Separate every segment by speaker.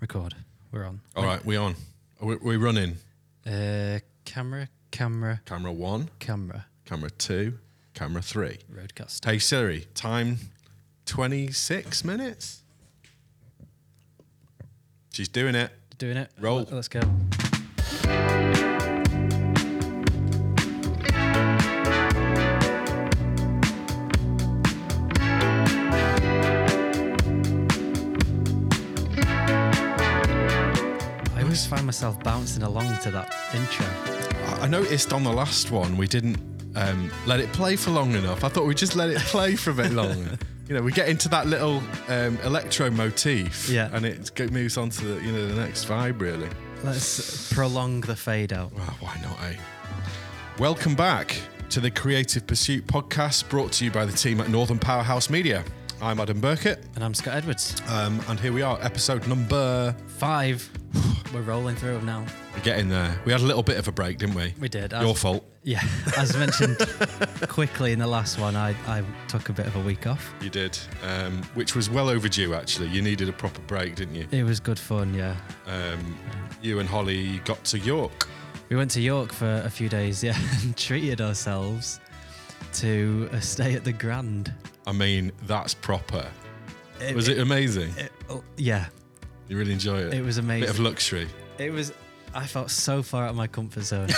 Speaker 1: Record. We're on.
Speaker 2: All right, we on. We're, we're running.
Speaker 1: Uh, camera, camera,
Speaker 2: Camera one,
Speaker 1: camera.
Speaker 2: camera two, camera three.
Speaker 1: Roadcast.
Speaker 2: Hey Siri, time 26 minutes. She's doing it.
Speaker 1: Doing it.
Speaker 2: Roll.
Speaker 1: Let's go. I always find myself bouncing along to that intro.
Speaker 2: I I noticed on the last one we didn't um, let it play for long enough. I thought we'd just let it play for a bit longer. You know, we get into that little um, electro motif,
Speaker 1: Yeah.
Speaker 2: and it go- moves on to the you know the next vibe really.
Speaker 1: Let's prolong the fade out.
Speaker 2: Well, why not, eh? Welcome back to the Creative Pursuit podcast brought to you by the team at Northern Powerhouse Media. I'm Adam Burkett,
Speaker 1: And I'm Scott Edwards.
Speaker 2: um, and here we are, episode number.
Speaker 1: Five. We're rolling through 'em now.
Speaker 2: We're getting there. We had a little bit of a break, didn't we?
Speaker 1: We did.
Speaker 2: Your
Speaker 1: As-
Speaker 2: fault.
Speaker 1: Yeah, as mentioned quickly in the last one, I, I took a bit of a week off.
Speaker 2: You did, um, which was well overdue, actually. You needed a proper break, didn't you?
Speaker 1: It was good fun, yeah.
Speaker 2: Um, you and Holly got to York.
Speaker 1: We went to York for a few days, yeah, and treated ourselves to a stay at the Grand.
Speaker 2: I mean, that's proper. Was it amazing?
Speaker 1: it- oh, yeah,
Speaker 2: You really enjoy it.
Speaker 1: it was
Speaker 2: Bit of
Speaker 1: amazing.
Speaker 2: luxury,
Speaker 1: It was. I felt so far out of my comfort zone.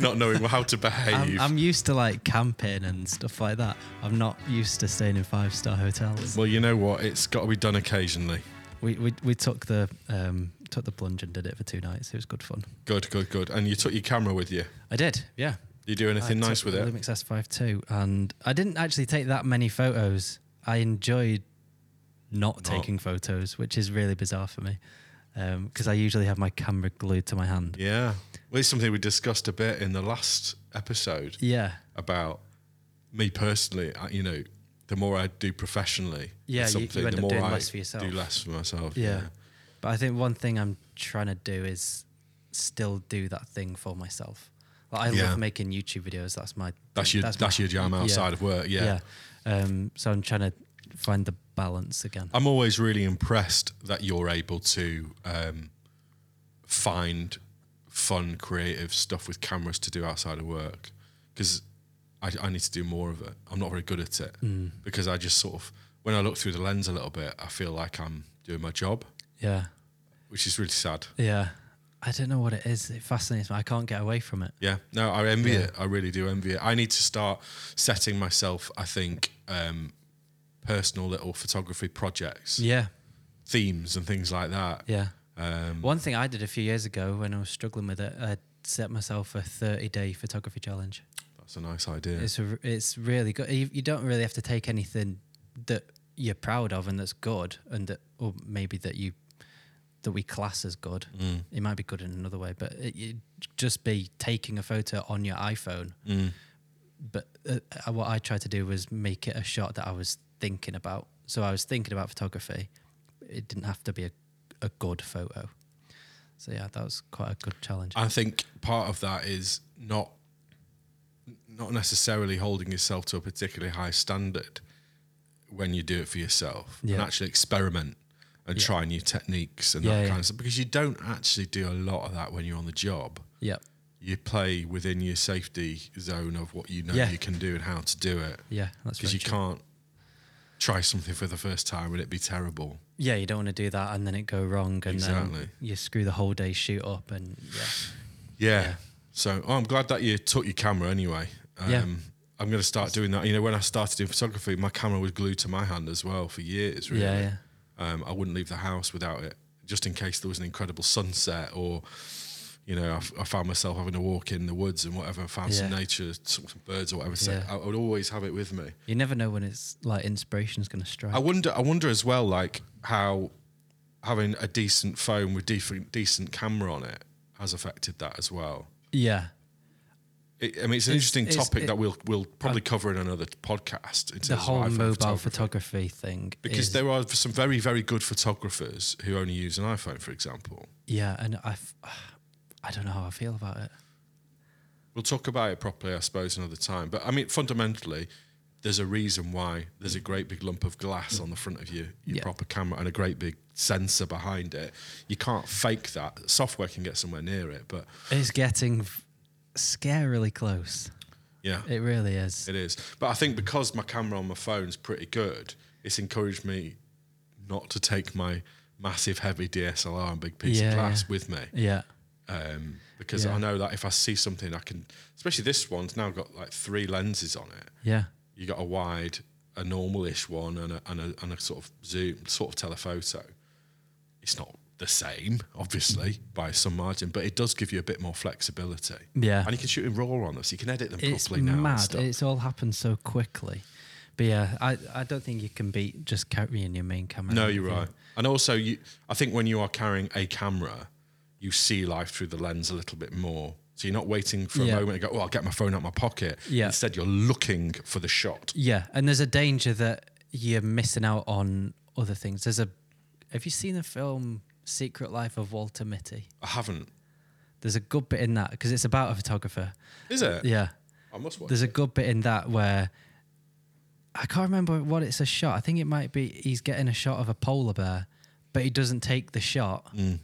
Speaker 2: not knowing how to behave.
Speaker 1: I'm, I'm used to like camping and stuff like that. I'm not used to staying in five star hotels.
Speaker 2: Well, you know what? It's got to be done occasionally.
Speaker 1: We, we, we took the um, took the plunge and did it for two nights. It was good fun.
Speaker 2: Good, good, good. And you took your camera with you.
Speaker 1: I did, yeah.
Speaker 2: You do anything
Speaker 1: I
Speaker 2: nice
Speaker 1: took
Speaker 2: with
Speaker 1: the
Speaker 2: it?
Speaker 1: Lumix S5 II, and I didn't actually take that many photos. I enjoyed not taking photos, which is really bizarre for me, because I usually have my camera glued to my hand.
Speaker 2: Yeah. Well, it's something we discussed a bit in the last episode
Speaker 1: Yeah,
Speaker 2: about me personally. I, you know, the more I do professionally,
Speaker 1: Yeah,
Speaker 2: it's
Speaker 1: you- you
Speaker 2: something,
Speaker 1: end
Speaker 2: the
Speaker 1: up
Speaker 2: more
Speaker 1: doing
Speaker 2: I
Speaker 1: less for yourself.
Speaker 2: do less for myself.
Speaker 1: yeah, But I think one thing I'm trying to do is still do that thing for myself. Like, I
Speaker 2: Yeah.
Speaker 1: love making YouTube videos. That's my
Speaker 2: That's your that's,
Speaker 1: my-
Speaker 2: your jam
Speaker 1: yeah,
Speaker 2: outside of work.
Speaker 1: yeah.
Speaker 2: Yeah.
Speaker 1: Um, so I'm trying to find the balance again.
Speaker 2: I'm always really impressed that you're able to um, find fun, creative stuff with cameras to do outside of work because I, I need to do more of it. I'm not very good at it
Speaker 1: Hmm.
Speaker 2: because I just sort of, when I look through the lens a little bit, I feel like I'm doing my job,
Speaker 1: Yeah,
Speaker 2: which is really sad.
Speaker 1: yeah. I don't know what it is. It fascinates me. I can't get away from it.
Speaker 2: Yeah, no, I envy it. I really do envy it. I need to start setting myself, I think, um, personal little photography projects,
Speaker 1: Yeah,
Speaker 2: themes, and things like that.
Speaker 1: yeah.
Speaker 2: Um,
Speaker 1: One thing I did a few years ago when I was struggling with it, I set myself a 30 day photography challenge.
Speaker 2: that's a nice idea.
Speaker 1: It's a, it's really good. You, you don't really have to take anything that you're proud of and that's good, and that or maybe that you that we class as good. It might be good in another way, but it, it just be taking a photo on your iPhone. But uh, uh, what I tried to do was make it a shot that I was thinking about. So I was thinking about photography. It didn't have to be a, a good photo. So yeah, that was quite a good challenge.
Speaker 2: I think part of that is not not necessarily holding yourself to a particularly high standard when you do it for yourself and
Speaker 1: Yeah.
Speaker 2: actually experiment and try new techniques and
Speaker 1: Yeah,
Speaker 2: that
Speaker 1: yeah.
Speaker 2: kind of stuff because you don't actually do a lot of that when you're on the job.
Speaker 1: yeah,
Speaker 2: You play within your safety zone of what you know
Speaker 1: Yeah.
Speaker 2: you can do and how to do it
Speaker 1: yeah, that's
Speaker 2: because
Speaker 1: very
Speaker 2: you
Speaker 1: true.
Speaker 2: can't try something for the first time and it be terrible.
Speaker 1: Yeah, you don't want to do that and then it go wrong and
Speaker 2: Exactly.
Speaker 1: then you screw the whole day shoot up and yeah.
Speaker 2: Yeah. So oh, I'm glad that you took your camera anyway. Um,
Speaker 1: Yeah.
Speaker 2: I'm going to start doing that. You know, when I started doing photography, my camera was glued to my hand as well for years. Really.
Speaker 1: Yeah, yeah.
Speaker 2: Um, I wouldn't leave the house without it, just in case there was an incredible sunset or, you know, I, f- I found myself having a walk in the woods and whatever. found some
Speaker 1: Yeah.
Speaker 2: nature, some, some birds or whatever. So
Speaker 1: Yeah.
Speaker 2: I would always have it with me.
Speaker 1: You never know when it's like inspiration's gonna strike.
Speaker 2: I wonder. I wonder as well, like how having a decent phone with decent decent camera on it has affected that as well.
Speaker 1: yeah.
Speaker 2: It, I mean, it's an
Speaker 1: It's-
Speaker 2: interesting
Speaker 1: it's-
Speaker 2: topic
Speaker 1: it- uh,
Speaker 2: that we'll we'll probably cover in another podcast. In terms
Speaker 1: The
Speaker 2: of
Speaker 1: whole
Speaker 2: iPhone
Speaker 1: mobile
Speaker 2: photography.
Speaker 1: photography thing.
Speaker 2: because
Speaker 1: is,
Speaker 2: there are some very very good photographers who only use an iPhone, for example.
Speaker 1: Yeah, and I f- I don't know how I feel about it.
Speaker 2: We'll talk about it properly, I suppose, another time. But I mean, fundamentally, there's a reason why there's a great big lump of glass on the front of your your
Speaker 1: Yeah.
Speaker 2: proper camera and a great big sensor behind it. You can't fake that. Software can get somewhere near it, but
Speaker 1: It's getting v- scarily close.
Speaker 2: yeah,
Speaker 1: It really is.
Speaker 2: it is. But I think because my camera on my phone's pretty good, it's encouraged me not to take my massive heavy DSLR and big piece
Speaker 1: Yeah,
Speaker 2: of glass
Speaker 1: yeah.
Speaker 2: with me.
Speaker 1: Yeah.
Speaker 2: um, because
Speaker 1: Yeah.
Speaker 2: I know that if I see something, I can. Especially this one's now got like three lenses on it.
Speaker 1: Yeah.
Speaker 2: You got a wide, a normal-ish one, and a, and a, and a sort of zoom, sort of telephoto. It's not the same, obviously, by some margin, but it does give you a bit more flexibility.
Speaker 1: Yeah.
Speaker 2: and you can shoot in RAW on this. You can edit them
Speaker 1: It's
Speaker 2: properly now. and
Speaker 1: mad.
Speaker 2: stuff.
Speaker 1: It's all happened so quickly. But yeah, I, I don't think you can beat just carrying your main camera.
Speaker 2: No, you're right. And also, you, I think when you are carrying a camera, you see life through the lens a little bit more. So you're not waiting for
Speaker 1: Yeah.
Speaker 2: a moment to go, oh, I'll get my phone out my pocket.
Speaker 1: Yeah.
Speaker 2: Instead, you're looking for the shot.
Speaker 1: Yeah, and there's a danger that you're missing out on other things. There's a. Have you seen the film Secret Life of Walter Mitty?
Speaker 2: I haven't.
Speaker 1: There's a good bit in that because it's about a photographer.
Speaker 2: Is it?
Speaker 1: Yeah,
Speaker 2: I must watch.
Speaker 1: there's a good bit in that where I can't remember what it's a shot. I think it might be he's getting a shot of a polar bear, but he doesn't take the shot.
Speaker 2: Mm.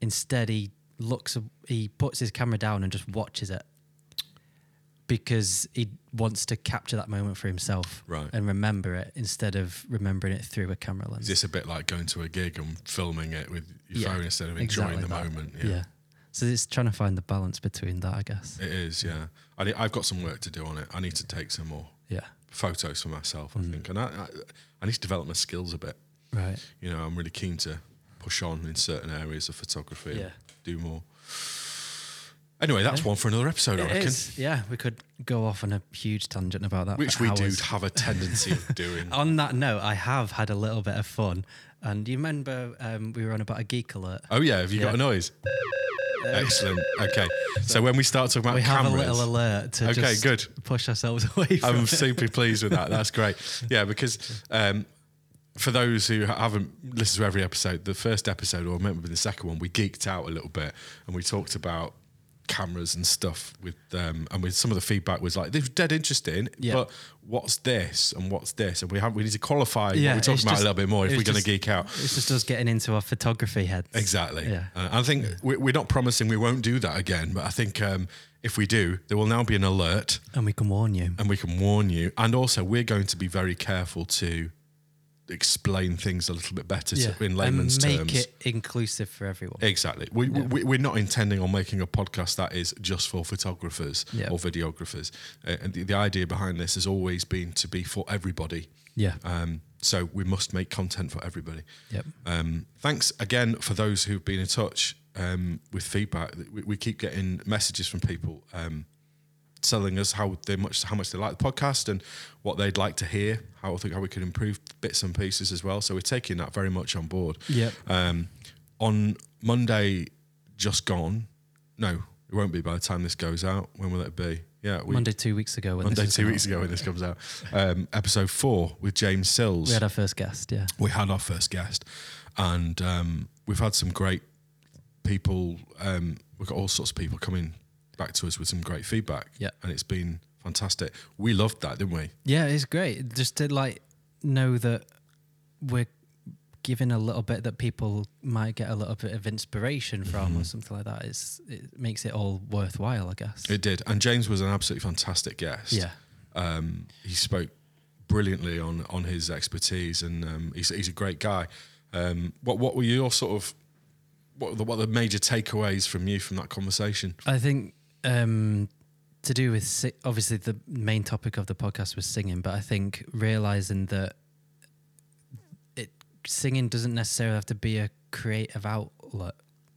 Speaker 1: Instead, he looks, he puts his camera down and just watches it because he wants to capture that moment for himself
Speaker 2: Right.
Speaker 1: and remember it instead of remembering it through a camera lens.
Speaker 2: Is this a bit like going to a gig and filming it with your
Speaker 1: Yeah,
Speaker 2: phone instead of enjoying
Speaker 1: exactly
Speaker 2: the
Speaker 1: that.
Speaker 2: moment?
Speaker 1: yeah. So it's trying to find the balance between that, I guess.
Speaker 2: It is, yeah. I, need- I've got some work to do on it. I need to take some more
Speaker 1: Yeah.
Speaker 2: photos for myself,
Speaker 1: Mm.
Speaker 2: I think. And I, I, I need to develop my skills a bit.
Speaker 1: Right.
Speaker 2: you know, I'm really keen to push on in certain areas of photography
Speaker 1: Yeah.
Speaker 2: and do more. Anyway, that's one for another episode, I
Speaker 1: It
Speaker 2: reckon.
Speaker 1: is. Yeah, we could go off on a huge tangent about that. for
Speaker 2: Which we do
Speaker 1: hours.
Speaker 2: have a tendency of doing.
Speaker 1: On that note, I have had a little bit of fun. And you remember um, we were on about a geek alert?
Speaker 2: Oh yeah, have you
Speaker 1: Yeah.
Speaker 2: got a noise? Excellent. Okay. So when we start talking about
Speaker 1: We have
Speaker 2: cameras,
Speaker 1: a little alert to
Speaker 2: Okay,
Speaker 1: just
Speaker 2: good. Um,
Speaker 1: push ourselves away from
Speaker 2: I'm
Speaker 1: it.
Speaker 2: super pleased with that. That's great. Yeah, because um, for those who haven't listened to every episode, the first episode, or maybe the second one, we geeked out a little bit and we talked about cameras and stuff with um, and with some of the feedback was like this was dead interesting
Speaker 1: Yeah.
Speaker 2: but what's this and what's this and we have we need to qualify
Speaker 1: Yeah,
Speaker 2: what we're
Speaker 1: it's
Speaker 2: talking about
Speaker 1: just-
Speaker 2: a little bit more if
Speaker 1: it
Speaker 2: we're
Speaker 1: was
Speaker 2: going to
Speaker 1: just-
Speaker 2: geek out
Speaker 1: It's just us getting into our photography heads.
Speaker 2: Exactly.
Speaker 1: Yeah.
Speaker 2: Uh, I think we- we're not promising we won't do that again, but I think um, if we do, there will now be an alert
Speaker 1: And we can warn you.
Speaker 2: and we can warn you. And also, we're going to be very careful to explain things a little bit better to, in layman's
Speaker 1: and make
Speaker 2: terms. Eh,
Speaker 1: it inclusive for everyone.
Speaker 2: Exactly. We, we, we're not intending on making a podcast that is just for photographers
Speaker 1: Yeah.
Speaker 2: or videographers. Uh, and the, the idea behind this has always been to be for everybody.
Speaker 1: yeah.
Speaker 2: Um, so we must make content for everybody.
Speaker 1: Yep.
Speaker 2: Um, thanks again for those who've been in touch um, with feedback. We, we keep getting messages from people um, telling us how they much how much they like the podcast and what they'd like to hear. How I think how we could improve bits and pieces as well. So we're taking that very much on board.
Speaker 1: Yep.
Speaker 2: Um, on Monday, just gone. No, it won't be by the time this goes out. When will it be? Yeah, we,
Speaker 1: Monday, two weeks ago. When
Speaker 2: Monday
Speaker 1: this was
Speaker 2: two
Speaker 1: announced.
Speaker 2: weeks ago when this comes out. Um, episode four with James Sills
Speaker 1: We had our first guest. Yeah.
Speaker 2: we had our first guest, and um, we've had some great people. Um, we've got all sorts of people coming back to us with some great feedback.
Speaker 1: Yeah.
Speaker 2: and it's been fantastic. We loved that, didn't we?
Speaker 1: Yeah, it's great. Just to like know that we're giving a little bit that people might get a little bit of inspiration from or something like that. It's it makes it all worthwhile, I guess.
Speaker 2: It did, and James was an absolutely fantastic guest.
Speaker 1: yeah.
Speaker 2: um, he spoke brilliantly on on his expertise, and um, he's he's a great guy. Um, what what were your sort of what were the, what were the major takeaways from you from that conversation?
Speaker 1: I think um to do with si- obviously the main topic of the podcast was singing, but I think realizing that it singing doesn't necessarily have to be a creative outlet.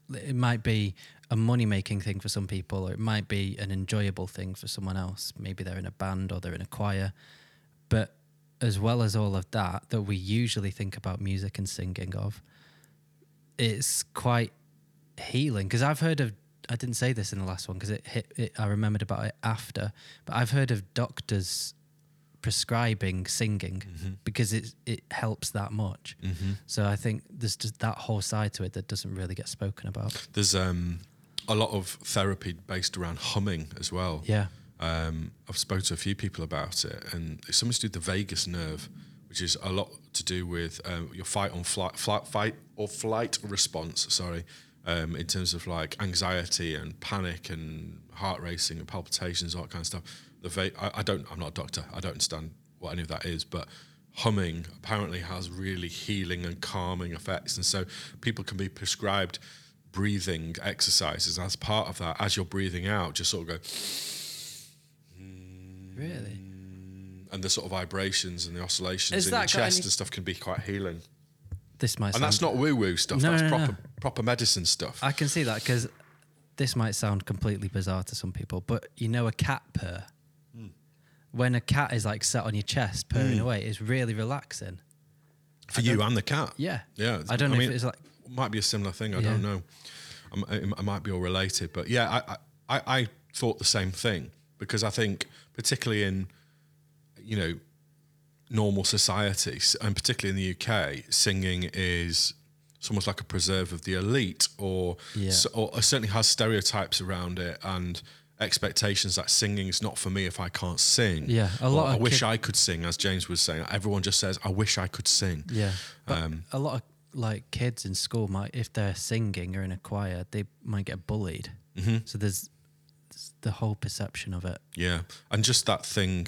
Speaker 1: It might be a money making thing for some people, or it might be an enjoyable thing for someone else. Maybe they're in a band or they're in a choir. But as well as all of that, that we usually think about music and singing of, it's quite healing. Because I've heard of, I didn't say this in the last one because it hit, it, I remembered about it after, but I've heard of doctors prescribing singing
Speaker 2: Mm-hmm.
Speaker 1: because it, it helps that much. So I think there's just that whole side to it that doesn't really get spoken about.
Speaker 2: There's um, a lot of therapy based around humming as well.
Speaker 1: Yeah.
Speaker 2: Um, I've spoken to a few people about it, and it's something to do with the vagus nerve, which is a lot to do with um, your fight on flight, flight, fight or flight response. Sorry, um, in terms of like anxiety and panic and heart racing and palpitations, all that kind of stuff. The va- I, I don't. I'm not a doctor. I don't understand what any of that is, but humming apparently has really healing and calming effects, and so people can be prescribed breathing exercises as part of that. As you're breathing out, just sort of go.
Speaker 1: Really?
Speaker 2: and the sort of vibrations and the oscillations
Speaker 3: Has
Speaker 2: in
Speaker 3: that
Speaker 2: your
Speaker 3: got
Speaker 2: chest
Speaker 3: any-
Speaker 2: and stuff can be quite healing.
Speaker 1: This might
Speaker 2: And
Speaker 1: sound,
Speaker 2: that's not woo woo stuff.
Speaker 1: No,
Speaker 2: that's
Speaker 1: no, no,
Speaker 2: proper
Speaker 1: no.
Speaker 2: proper medicine stuff.
Speaker 1: I can see that because this might sound completely bizarre to some people, but you know, a cat purr.
Speaker 2: Hmm.
Speaker 1: When a cat is like sat on your chest purring away, it's really relaxing.
Speaker 2: For you and the cat.
Speaker 1: Yeah.
Speaker 2: Yeah. it's-
Speaker 1: I don't know
Speaker 2: mean,
Speaker 1: if it's like
Speaker 2: might be a similar thing. I
Speaker 1: Yeah.
Speaker 2: don't know. I'm- I, I might be all related, but yeah, I, I- I I thought the same thing because I think particularly in you know normal society s- and particularly in the UK, singing is it's almost like a preserve of the elite, or
Speaker 1: Yeah.
Speaker 2: s- or uh, certainly has stereotypes around it and expectations that singing is not for me if I can't sing.
Speaker 1: Yeah, a
Speaker 2: Or,
Speaker 1: lot
Speaker 2: I
Speaker 1: of
Speaker 2: wish
Speaker 1: kid-
Speaker 2: I could sing, as James was saying. Everyone just says, "I wish I could sing." Um,
Speaker 1: Yeah, but a lot of like kids in school might, if they're singing or in a choir, they might get bullied. Mm-hmm. So there's, there's the whole perception of it.
Speaker 2: Yeah, and just that thing,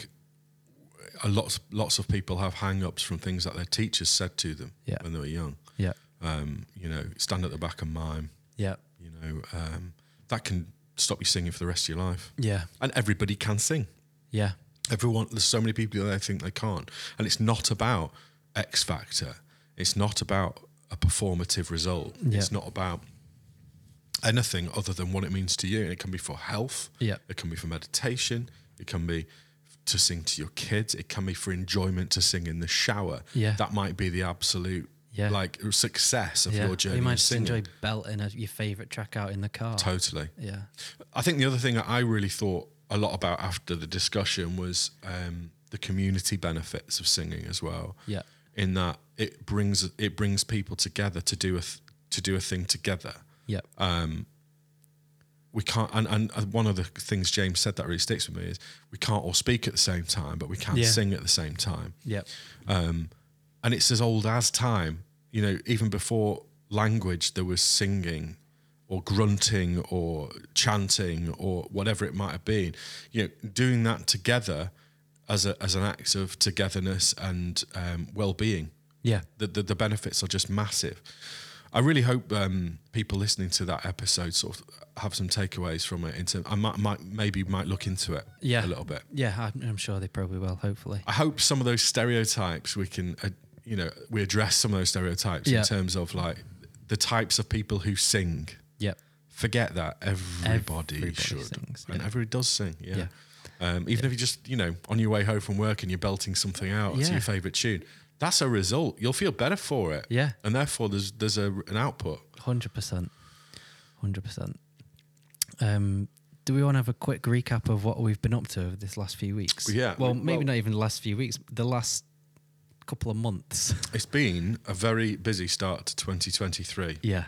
Speaker 2: a lot lots of people have hang-ups from things that their teachers said to them
Speaker 1: Yeah.
Speaker 2: when they were young.
Speaker 1: Yeah,
Speaker 2: Um, you know, stand at the back and mime.
Speaker 1: yeah,
Speaker 2: You know, um, that can stop you singing for the rest of your life.
Speaker 1: yeah,
Speaker 2: And everybody can sing.
Speaker 1: yeah,
Speaker 2: Everyone, there's so many people out there think they can't, and it's not about X Factor. It's not about a performative result.
Speaker 1: Yeah.
Speaker 2: It's not about anything other than what it means to you. And it can be for health.
Speaker 1: Yeah.
Speaker 2: It can be for meditation. It can be to sing to your kids. It can be for enjoyment to sing in the shower.
Speaker 1: Yeah.
Speaker 2: That might be the absolute
Speaker 1: Yeah.
Speaker 2: like success of
Speaker 1: yeah.
Speaker 2: your journey.
Speaker 1: you
Speaker 2: in
Speaker 1: might just
Speaker 2: singing.
Speaker 1: enjoy belting a, your favorite track out in the car.
Speaker 2: totally.
Speaker 1: yeah,
Speaker 2: I think the other thing that I really thought a lot about after the discussion was um, the community benefits of singing as well.
Speaker 1: Yeah.
Speaker 2: In that it brings it brings people together to do a th- to do a thing together.
Speaker 1: yeah,
Speaker 2: Uh, We can't and, and one of the things James said that really sticks with me is we can't all speak at the same time, but we can
Speaker 1: Yeah.
Speaker 2: sing at the same time.
Speaker 1: yeah,
Speaker 2: and it's as old as time. You know, even before language, there was singing or grunting or chanting or whatever it might have been. You know, doing that together as a, as an act of togetherness and um, well being.
Speaker 1: yeah,
Speaker 2: The, the the benefits are just massive. I really hope um, people listening to that episode sort of have some takeaways from it. In term, I might, might maybe might look into it
Speaker 1: Yeah.
Speaker 2: a little bit.
Speaker 1: yeah. I'm, I'm sure they probably will. Hopefully,
Speaker 2: I hope some of those stereotypes we can, uh, you know, we address some of those stereotypes
Speaker 1: Yeah.
Speaker 2: in terms of like the types of people who sing.
Speaker 1: yeah,
Speaker 2: Forget that everybody,
Speaker 1: Everybody
Speaker 2: should,
Speaker 1: sings,
Speaker 2: and
Speaker 1: yeah.
Speaker 2: everybody does sing. Yeah,
Speaker 1: Yeah.
Speaker 2: Um, even if you just, you know, on your way home from work and you're belting something out to
Speaker 1: Yeah.
Speaker 2: your favorite tune, that's a result. You'll feel better for it.
Speaker 1: Yeah.
Speaker 2: and therefore there's there's a, an output.
Speaker 1: hundred percent, hundred percent. Um, do we want to have a quick recap of what we've been up to over this last few weeks?
Speaker 2: Yeah.
Speaker 1: Well, maybe
Speaker 2: Well-
Speaker 1: not even the last few weeks. The last couple of months.
Speaker 2: It's been a very busy start to 2023,
Speaker 1: Yeah.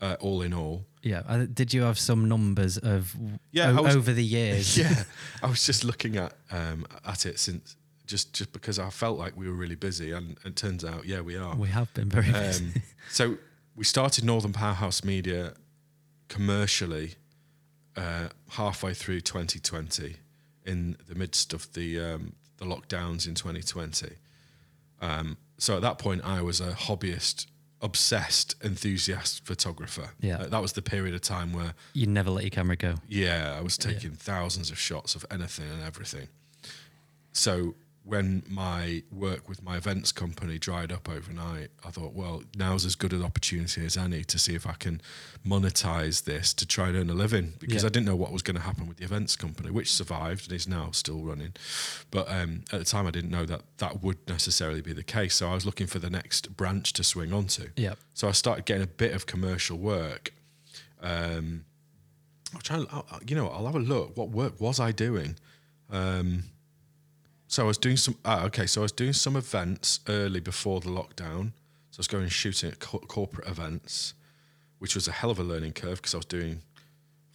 Speaker 2: uh, all in all.
Speaker 1: Yeah. Uh, Did you have some numbers of
Speaker 2: Yeah,
Speaker 1: yeah,
Speaker 2: I was-
Speaker 1: over the years?
Speaker 2: yeah, I was just looking at um, at it since just just because I felt like we were really busy, and it turns out, yeah, we are.
Speaker 1: We have been very busy.
Speaker 2: Um, so we started Northern Powerhouse Media commercially uh, halfway through 2020, in the midst of the um, the lockdowns in 2020. Um, so at that point, I was a hobbyist, obsessed, enthusiast photographer.
Speaker 1: Yeah.
Speaker 2: Uh, that was the period of time where
Speaker 1: you never let your camera go.
Speaker 2: yeah, I was taking thousands of shots of anything and everything. So when my work with my events company dried up overnight, I thought, well, now's as good an opportunity as any to see if I can monetize this to try and earn a living because
Speaker 1: Yeah.
Speaker 2: I didn't know what was going to happen with the events company, which survived and is now still running. But um, at the time, I didn't know that that would necessarily be the case. So I was looking for the next branch to swing onto.
Speaker 1: Yeah.
Speaker 2: So I started getting a bit of commercial work. Um, I'll try. and- I'll, I'll- you know, I'll have a look. What work was I doing? Um, so I was doing some. Ah, okay, so I was doing some events early before the lockdown. So I was going and shooting at co- corporate events, which was a hell of a learning curve because I was doing,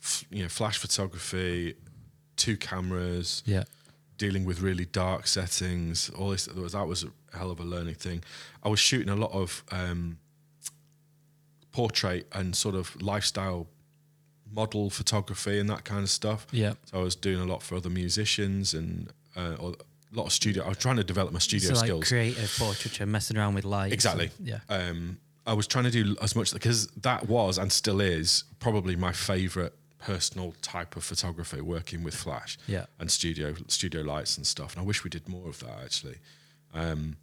Speaker 2: f- you know, flash photography, two cameras,
Speaker 1: Yeah.
Speaker 2: dealing with really dark settings. All this that was that was a hell of a learning thing. I was shooting a lot of um, portrait and sort of lifestyle model photography and that kind of stuff.
Speaker 1: Yeah.
Speaker 2: So I was doing a lot for other musicians and uh, or a lot of studio. I was trying to develop my studio
Speaker 1: So like
Speaker 2: skills.
Speaker 1: creative portraiture, messing around with lights.
Speaker 2: Exactly.
Speaker 1: and- yeah.
Speaker 2: um, I was trying to do as much because that was and still is probably my favorite personal type of photography, working with flash
Speaker 1: Yeah.
Speaker 2: and studio studio lights and stuff. And I wish we did more of that actually. Um,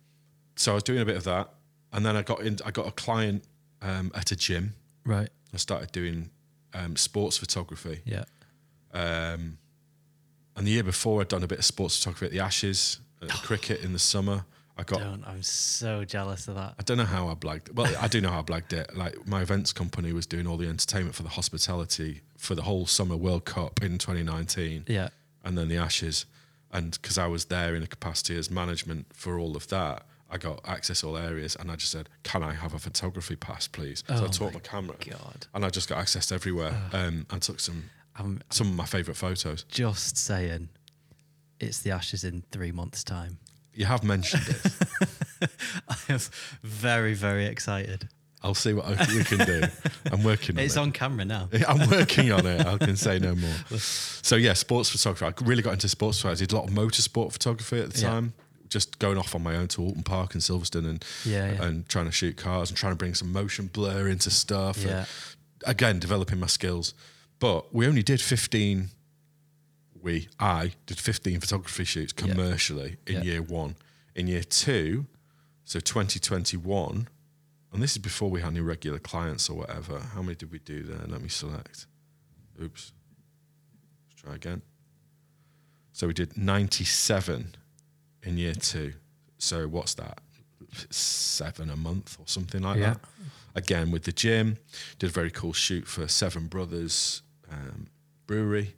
Speaker 2: so I was doing a bit of that, and then I got in. I got a client um, at a gym.
Speaker 1: Right.
Speaker 2: I started doing um, sports photography,
Speaker 1: Yeah.
Speaker 2: and the year before I'd done a bit of sports photography at the Ashes, at the cricket in the summer. I got
Speaker 1: Don't. I'm so jealous of that.
Speaker 2: I don't know how I blagged. Well, I do know how I blagged it. Like my events company was doing all the entertainment for the hospitality for the whole summer World Cup in 2019,
Speaker 1: Yeah.
Speaker 2: and then the Ashes, and because I was there in a capacity as management for all of that, I got access all areas, and I just said, "Can I have a photography pass, please?" So I taught my camera,
Speaker 1: Oh God. Ah.
Speaker 2: and I just got access everywhere, um, and took some
Speaker 1: I'm
Speaker 2: some of my favorite photos.
Speaker 1: just saying, it's the Ashes in three months' time.
Speaker 2: You have mentioned it.
Speaker 1: I am very, very excited.
Speaker 2: I'll see what I, you can do. I'm working on it.
Speaker 1: It's on camera now.
Speaker 2: I'm working on it. I can say no more. So yeah, sports photography. I really got into sports photography. I did a lot of motorsport photography at the
Speaker 1: Yeah.
Speaker 2: time. Just going off on my own to Alton Park and Silverstone and
Speaker 1: Yeah, yeah.
Speaker 2: and trying to shoot cars and trying to bring some motion blur into stuff. and
Speaker 1: Yeah.
Speaker 2: again, developing my skills. But we only did 15 we I did 15 photography shoots commercially in
Speaker 1: Yeah.
Speaker 2: year 1. In year 2, so 2021, and this is before we had any regular clients or whatever. How many did we do there? Let me select. Oops. Let's try again. So we did 97 in year 2. So what's that? 7 a month or something like
Speaker 1: Yeah.
Speaker 2: that. Again with the gym, did a very cool shoot for Seven Brothers um, brewery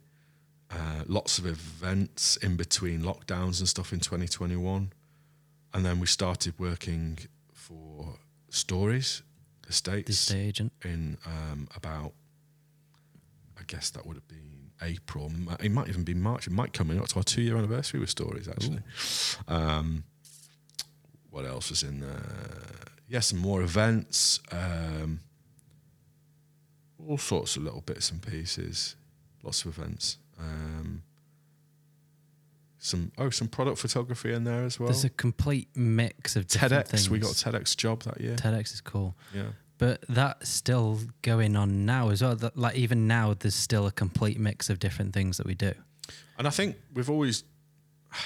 Speaker 2: uh, lots of events in between lockdowns and stuff in 2021. And then we started working for Stories Estates
Speaker 1: The estate agent.
Speaker 2: in um, about, I guess that would have been April. Ma- It might even be March. It might come in up to our two year anniversary with Stories, actually. Um, what else was in there? Yeah, some more events, um, all sorts of little bits and pieces, lots of events. Um, some oh, some product photography in there as well.
Speaker 1: There's a complete mix of different
Speaker 2: TEDx, we got a
Speaker 1: things.
Speaker 2: TEDx job that year.
Speaker 1: TEDx is cool.
Speaker 2: yeah,
Speaker 1: But that's still going on now as well. That, like even now, there's still a complete mix of different things that we do.
Speaker 2: And I think we've always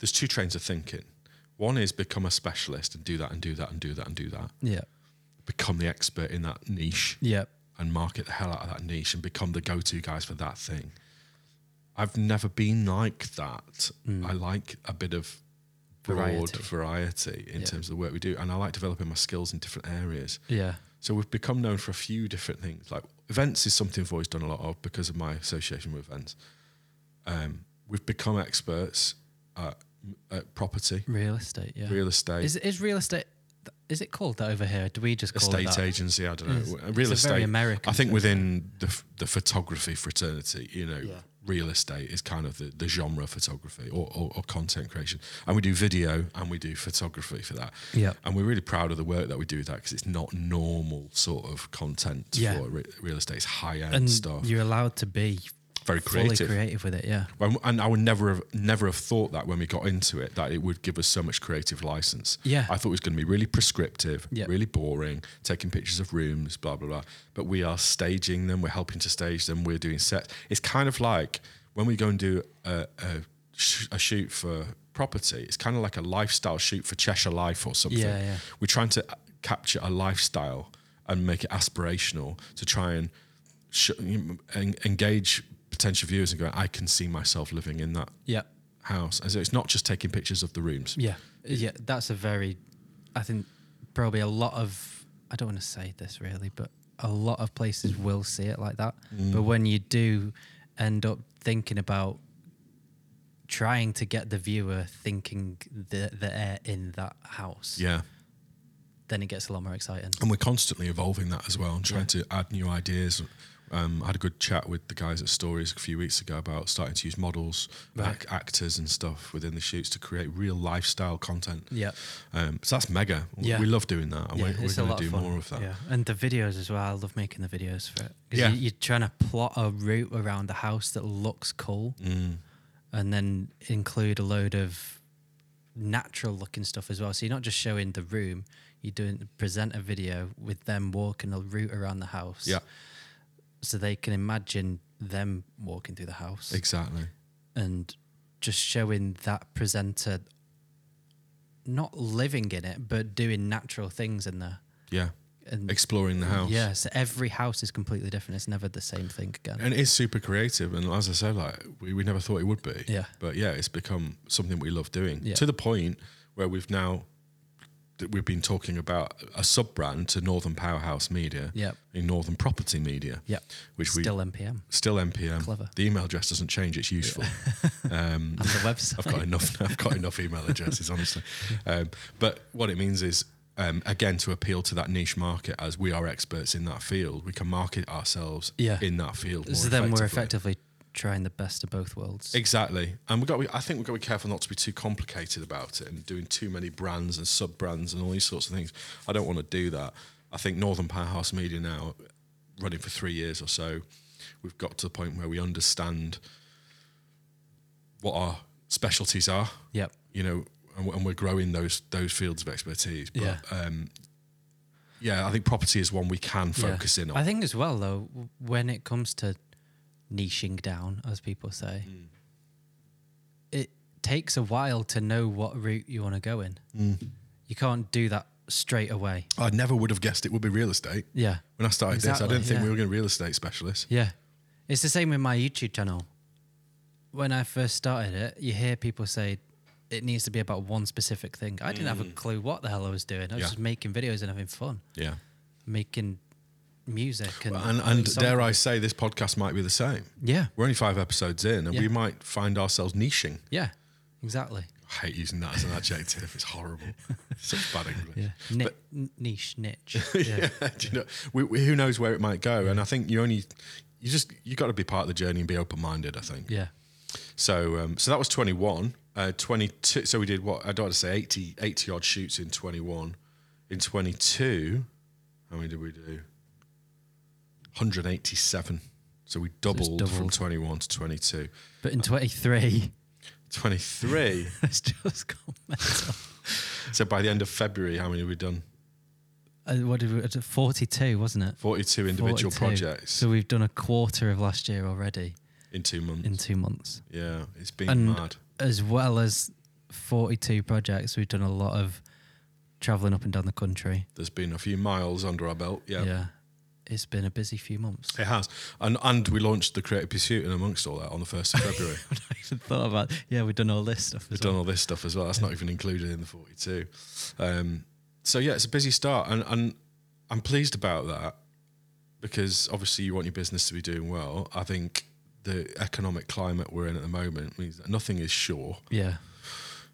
Speaker 2: there's two trains of thinking. One is become a specialist and do that and do that and do that and do that.
Speaker 1: Yeah.
Speaker 2: Become the expert in that niche
Speaker 1: Yeah.
Speaker 2: and market the hell out of that niche and become the go-to guys for that thing. I've never been like that. I like a bit of broad
Speaker 1: Mm. Variety.
Speaker 2: variety, in
Speaker 1: Yeah.
Speaker 2: terms of the work we do, and I like developing my skills in different areas.
Speaker 1: Yeah.
Speaker 2: So we've become known for a few different things. Like events is something I've always done a lot of because of my association with events. Um, we've become experts at, at property,
Speaker 1: Real estate. Yeah.
Speaker 2: real estate,
Speaker 1: Is is real estate? Is it called that over here? Do we just call it
Speaker 2: estate
Speaker 1: that?
Speaker 2: agency. I don't know.
Speaker 1: It's- it's
Speaker 2: real
Speaker 1: a
Speaker 2: estate.
Speaker 1: very American
Speaker 2: I think
Speaker 1: thing.
Speaker 2: within the, f- the photography fraternity, you know,
Speaker 1: Yeah.
Speaker 2: real estate is kind of the, the genre of photography or, or, or content creation. And we do video and we do photography for that.
Speaker 1: Yeah.
Speaker 2: And we're really proud of the work that we do with that because it's not normal sort of content
Speaker 1: Yeah.
Speaker 2: for re- real estate. It's high end
Speaker 1: And
Speaker 2: stuff.
Speaker 1: you're allowed to be
Speaker 2: Very creative.
Speaker 1: fully creative with it. Yeah.
Speaker 2: When- and I would never have never have thought that when we got into it that it would give us so much creative license.
Speaker 1: Yeah.
Speaker 2: I thought it was going to be really prescriptive,
Speaker 1: Yeah.
Speaker 2: really boring, taking pictures of rooms, blah blah blah. But we are staging them. We're helping to stage them. We're doing sets. It's kind of like when we go and do a, a, sh- a shoot for property. It's kind of like a lifestyle shoot for Cheshire Life or something.
Speaker 1: Yeah, yeah.
Speaker 2: We're trying to uh, capture a lifestyle and make it aspirational to try and sh- en- engage potential viewers and go, I can see myself living in that
Speaker 1: Yeah.
Speaker 2: house. And so it's not just taking pictures of the rooms.
Speaker 1: Yeah. Yeah. That's a very, I think probably a lot of, I don't want to say this really, but a lot of places will see it like that.
Speaker 2: Mm.
Speaker 1: But when you do end up thinking about trying to get the viewer thinking that they're in that house,
Speaker 2: Yeah.
Speaker 1: then it gets a lot more exciting.
Speaker 2: And we're constantly evolving that as well and trying to add new ideas. Um, I had a good chat with the guys at Stories a few weeks ago about starting to use models,
Speaker 1: Right.
Speaker 2: ac- actors, and stuff within the shoots to create real lifestyle content.
Speaker 1: Yeah.
Speaker 2: Um, so that's mega. W-
Speaker 1: Yeah.
Speaker 2: We love doing that. And
Speaker 1: yeah,
Speaker 2: we're, we're
Speaker 1: it's a
Speaker 2: going
Speaker 1: lot
Speaker 2: to do
Speaker 1: of fun.
Speaker 2: more of that.
Speaker 1: Yeah, and the videos as well. I love making the videos for it. 'Cause
Speaker 2: Yeah.
Speaker 1: you, you're trying to plot a route around the house that looks cool,
Speaker 2: Mm.
Speaker 1: and then include a load of natural looking stuff as well. So you're not just showing the room. You're doing present a video with them walking a route around the house.
Speaker 2: Yeah.
Speaker 1: So they can imagine them walking through the house
Speaker 2: Exactly.
Speaker 1: and just showing that presenter not living in it but doing natural things in there
Speaker 2: Yeah.
Speaker 1: and
Speaker 2: Exploring the house.
Speaker 1: yeah, so every house is completely different. It's never the same thing again.
Speaker 2: And it is super creative. And as I said, like we, we never thought it would be.
Speaker 1: Yeah.
Speaker 2: But yeah, it's become something we love doing
Speaker 1: Yeah.
Speaker 2: to the point where we've now that we've been talking about a sub brand to Northern Powerhouse Media.
Speaker 1: Yep.
Speaker 2: In Northern Property Media.
Speaker 1: Yep.
Speaker 2: Which we
Speaker 1: Still MPM
Speaker 2: still MPM.
Speaker 1: Clever.
Speaker 2: The email address doesn't change. It's useful.
Speaker 1: on
Speaker 2: um,
Speaker 1: the website.
Speaker 2: I've got enough. I've got enough email addresses, honestly. Um, but what it means is, um, again, to appeal to that niche market, as we are experts in that field, we can market ourselves
Speaker 1: Yeah.
Speaker 2: in that field. More
Speaker 1: so then we're
Speaker 2: effectively.
Speaker 1: effectively trying the best of both worlds.
Speaker 2: Exactly, and we got. I think we've got to be careful not to be too complicated about it and doing too many brands and sub brands and all these sorts of things. I don't want to do that. I think Northern Powerhouse Media now, running for three years or so, we've got to the point where we understand what our specialties are
Speaker 1: Yep.
Speaker 2: you know, and, we're- and we're growing those those fields of expertise. But,
Speaker 1: Yeah.
Speaker 2: Um, yeah, I think property is one we can
Speaker 1: Yeah.
Speaker 2: focus in on.
Speaker 1: I think as well though, w- when it comes to niching down, as people say,
Speaker 2: Hmm.
Speaker 1: it takes a while to know what route you want to go in. You can't do that straight away.
Speaker 2: I never would have guessed it would be real estate
Speaker 1: Yeah.
Speaker 2: when I started this. I
Speaker 1: Exactly,
Speaker 2: didn't think
Speaker 1: yeah.
Speaker 2: we were going to be real estate specialists.
Speaker 1: Yeah. It's the same with my YouTube channel. When I first started it, you hear people say it needs to be about one specific thing. I didn't have a clue what the hell I was doing. I was
Speaker 2: Hmm. Yeah.
Speaker 1: just making videos and having fun,
Speaker 2: Yeah,
Speaker 1: making music and
Speaker 2: and and
Speaker 1: so-
Speaker 2: dare I say, this podcast might be the same.
Speaker 1: yeah,
Speaker 2: We're only five episodes in, and
Speaker 1: Yeah.
Speaker 2: we might find ourselves niching.
Speaker 1: yeah, exactly.
Speaker 2: I hate using that as an adjective. It's horrible. Such bad English.
Speaker 1: Yeah, Ni- n- niche, niche. Yeah.
Speaker 2: yeah. Do you know, we, we, who knows where it might go? And I think you only, you just, you got to be part of the journey and be open minded. I think.
Speaker 1: yeah,
Speaker 2: So um, so that was 21. Uh, 22. So we did what? I don't want to say 80, 80 odd shoots in 21. In 22, how many did we do? 187. So we doubled from
Speaker 1: doubled.
Speaker 2: 21 to 22.
Speaker 1: but in 23,
Speaker 2: 23.
Speaker 1: it's just gone mental.
Speaker 2: so by the end of February, how many have we done?
Speaker 1: Uh, what did we, uh, 42, wasn't it?
Speaker 2: 42 individual
Speaker 1: 42.
Speaker 2: projects
Speaker 1: So we've done a quarter of last year already
Speaker 2: in two months.
Speaker 1: in two months.
Speaker 2: yeah, it's been
Speaker 1: And-
Speaker 2: mad.
Speaker 1: as well as 42 projects, we've done a lot of traveling up and down the country.
Speaker 2: There's been a few miles under our belt. Yeah.
Speaker 1: Yeah. It's been a busy few months.
Speaker 2: It has. And and we launched the Creative Pursuit and amongst all that on the 1st of February.
Speaker 1: I even thought about, yeah, we've done all this stuff. as
Speaker 2: We've done all this stuff as well. That's not even included in the 42. Um, so yeah, it's a busy start, and, and I'm pleased about that because obviously you want your business to be doing well. I think the economic climate we're in at the moment means that nothing is sure.
Speaker 1: well. Yeah.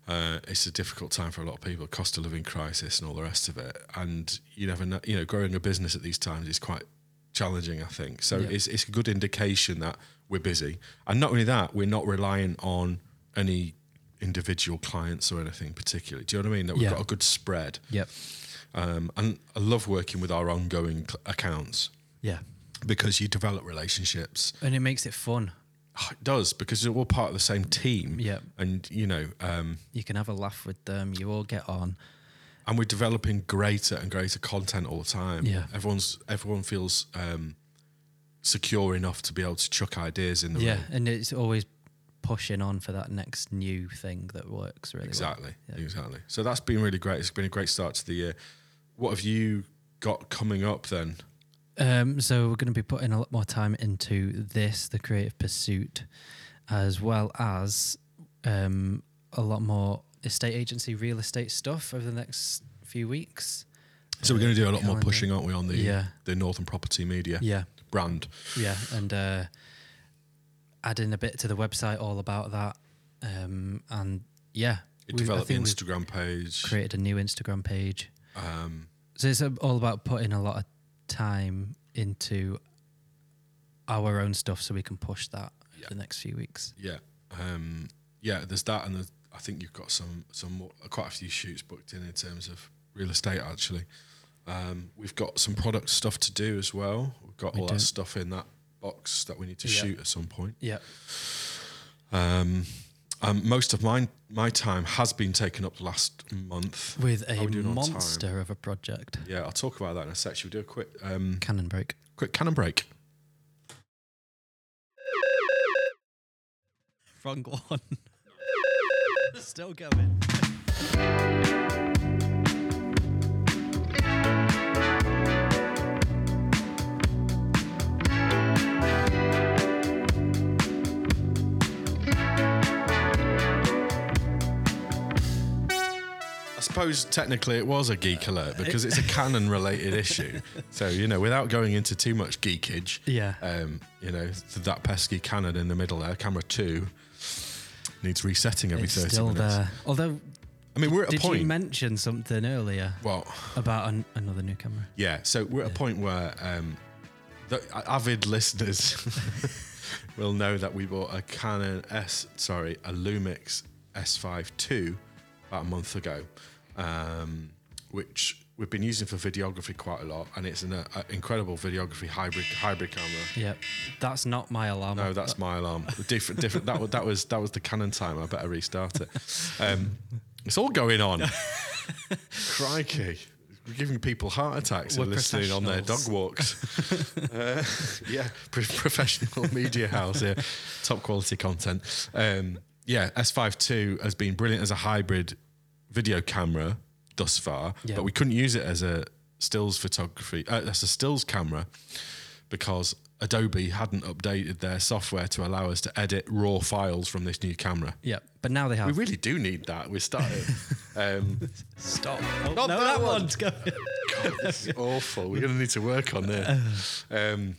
Speaker 2: Uh, it's a difficult time for a lot of people, cost of living crisis and all the rest of it. And you never know, you know, growing a business at these times is quite challenging, I think. So
Speaker 1: Yeah.
Speaker 2: it's, it's a good indication that we're busy. And not only that, we're not relying on any individual clients or anything particularly. Do you know what I mean? That we've
Speaker 1: Yeah.
Speaker 2: got a good spread.
Speaker 1: Yep.
Speaker 2: Um, and I love working with our ongoing cl- accounts
Speaker 1: Yeah.
Speaker 2: because you develop relationships
Speaker 1: And it makes it fun.
Speaker 2: Oh, it does because they're all part of the same team
Speaker 1: Yeah.
Speaker 2: and you know um,
Speaker 1: You can have a laugh with them. You all get on.
Speaker 2: and we're developing greater and greater content all the time.
Speaker 1: Yeah.
Speaker 2: everyone's everyone feels um, secure enough to be able to chuck ideas in the
Speaker 1: Yeah.
Speaker 2: room.
Speaker 1: And it's always pushing on for that next new thing that works really
Speaker 2: Exactly,
Speaker 1: Yeah.
Speaker 2: exactly. So that's been really great. It's been a great start to the year. What have you got coming up then?
Speaker 1: well. Um, so we're going to be putting a lot more time into this, the creative pursuit, as well as um, a lot more estate agency real estate stuff over the next few weeks.
Speaker 2: So we're going to do a lot more
Speaker 1: calendar.
Speaker 2: pushing, aren't we, on the
Speaker 1: Yeah.
Speaker 2: the Northern Property Media
Speaker 1: Yeah,
Speaker 2: brand?
Speaker 1: yeah, and uh, adding a bit to the website all about that, um, and yeah,
Speaker 2: It
Speaker 1: we- I
Speaker 2: developed the
Speaker 1: think we've
Speaker 2: Instagram page.
Speaker 1: created a new Instagram page.
Speaker 2: Um,
Speaker 1: So it's uh, all about putting a lot of time into our own stuff so we can push that
Speaker 2: Yeah.
Speaker 1: for the next few weeks.
Speaker 2: Yeah, um, yeah. There's that, and there's, I think you've got some some more, quite a few shoots booked in in terms of real estate. Actually, um, we've got some product stuff to do as well. We've got
Speaker 1: We
Speaker 2: all
Speaker 1: do.
Speaker 2: that stuff in that box that we need to
Speaker 1: Yeah.
Speaker 2: shoot at some point.
Speaker 1: Yeah.
Speaker 2: Um, um, most of mine my time has been taken up last month.
Speaker 1: With
Speaker 2: How
Speaker 1: a
Speaker 2: we doing on time?
Speaker 1: monster of a project.
Speaker 2: Yeah, I'll talk about that in a sec. Should we do a quick um,
Speaker 1: Cannon break.
Speaker 2: quick cannon break?
Speaker 1: Wrong one. Still going.
Speaker 2: I suppose technically it was a geek alert because it's a canon related issue. So, you know, without going into too much geekage,
Speaker 1: Yeah.
Speaker 2: um, you know, th- that pesky cannon in the middle there, camera two, needs resetting every
Speaker 1: It's
Speaker 2: 30
Speaker 1: still
Speaker 2: minutes.
Speaker 1: there. Although,
Speaker 2: I mean, we're at a
Speaker 1: did
Speaker 2: point.
Speaker 1: you mention something earlier
Speaker 2: well,
Speaker 1: about an, another new camera?
Speaker 2: yeah, so we're at a point where um, the a- avid listeners will know that we bought a Canon S, sorry, a Lumix S5 II about a month ago, um, which we've been using for videography quite a lot, and it's an uh, incredible videography hybrid hybrid camera.
Speaker 1: Yeah. That's not my alarm.
Speaker 2: No, that's my alarm. Different, different. That was that was that was the Canon time. I better restart it. Um, it's all going on. Crikey, we're giving people heart attacks and
Speaker 1: We're
Speaker 2: listening on their dog walks. uh, yeah, pro- professional media house here, top quality content. Um, yeah, S5 II has been brilliant as a hybrid video camera thus far,
Speaker 1: Yeah.
Speaker 2: but we couldn't use it as a stills photography. Uh, as a stills camera because Adobe hadn't updated their software to allow us to edit raw files from this new camera.
Speaker 1: Yeah. But now they have.
Speaker 2: We really do need that. We're starting. um,
Speaker 1: Stop. Oh,
Speaker 2: Not
Speaker 1: no,
Speaker 2: that
Speaker 1: that,
Speaker 2: one.
Speaker 1: one's going.
Speaker 2: God, this is awful. We're going to need to work on this. Um,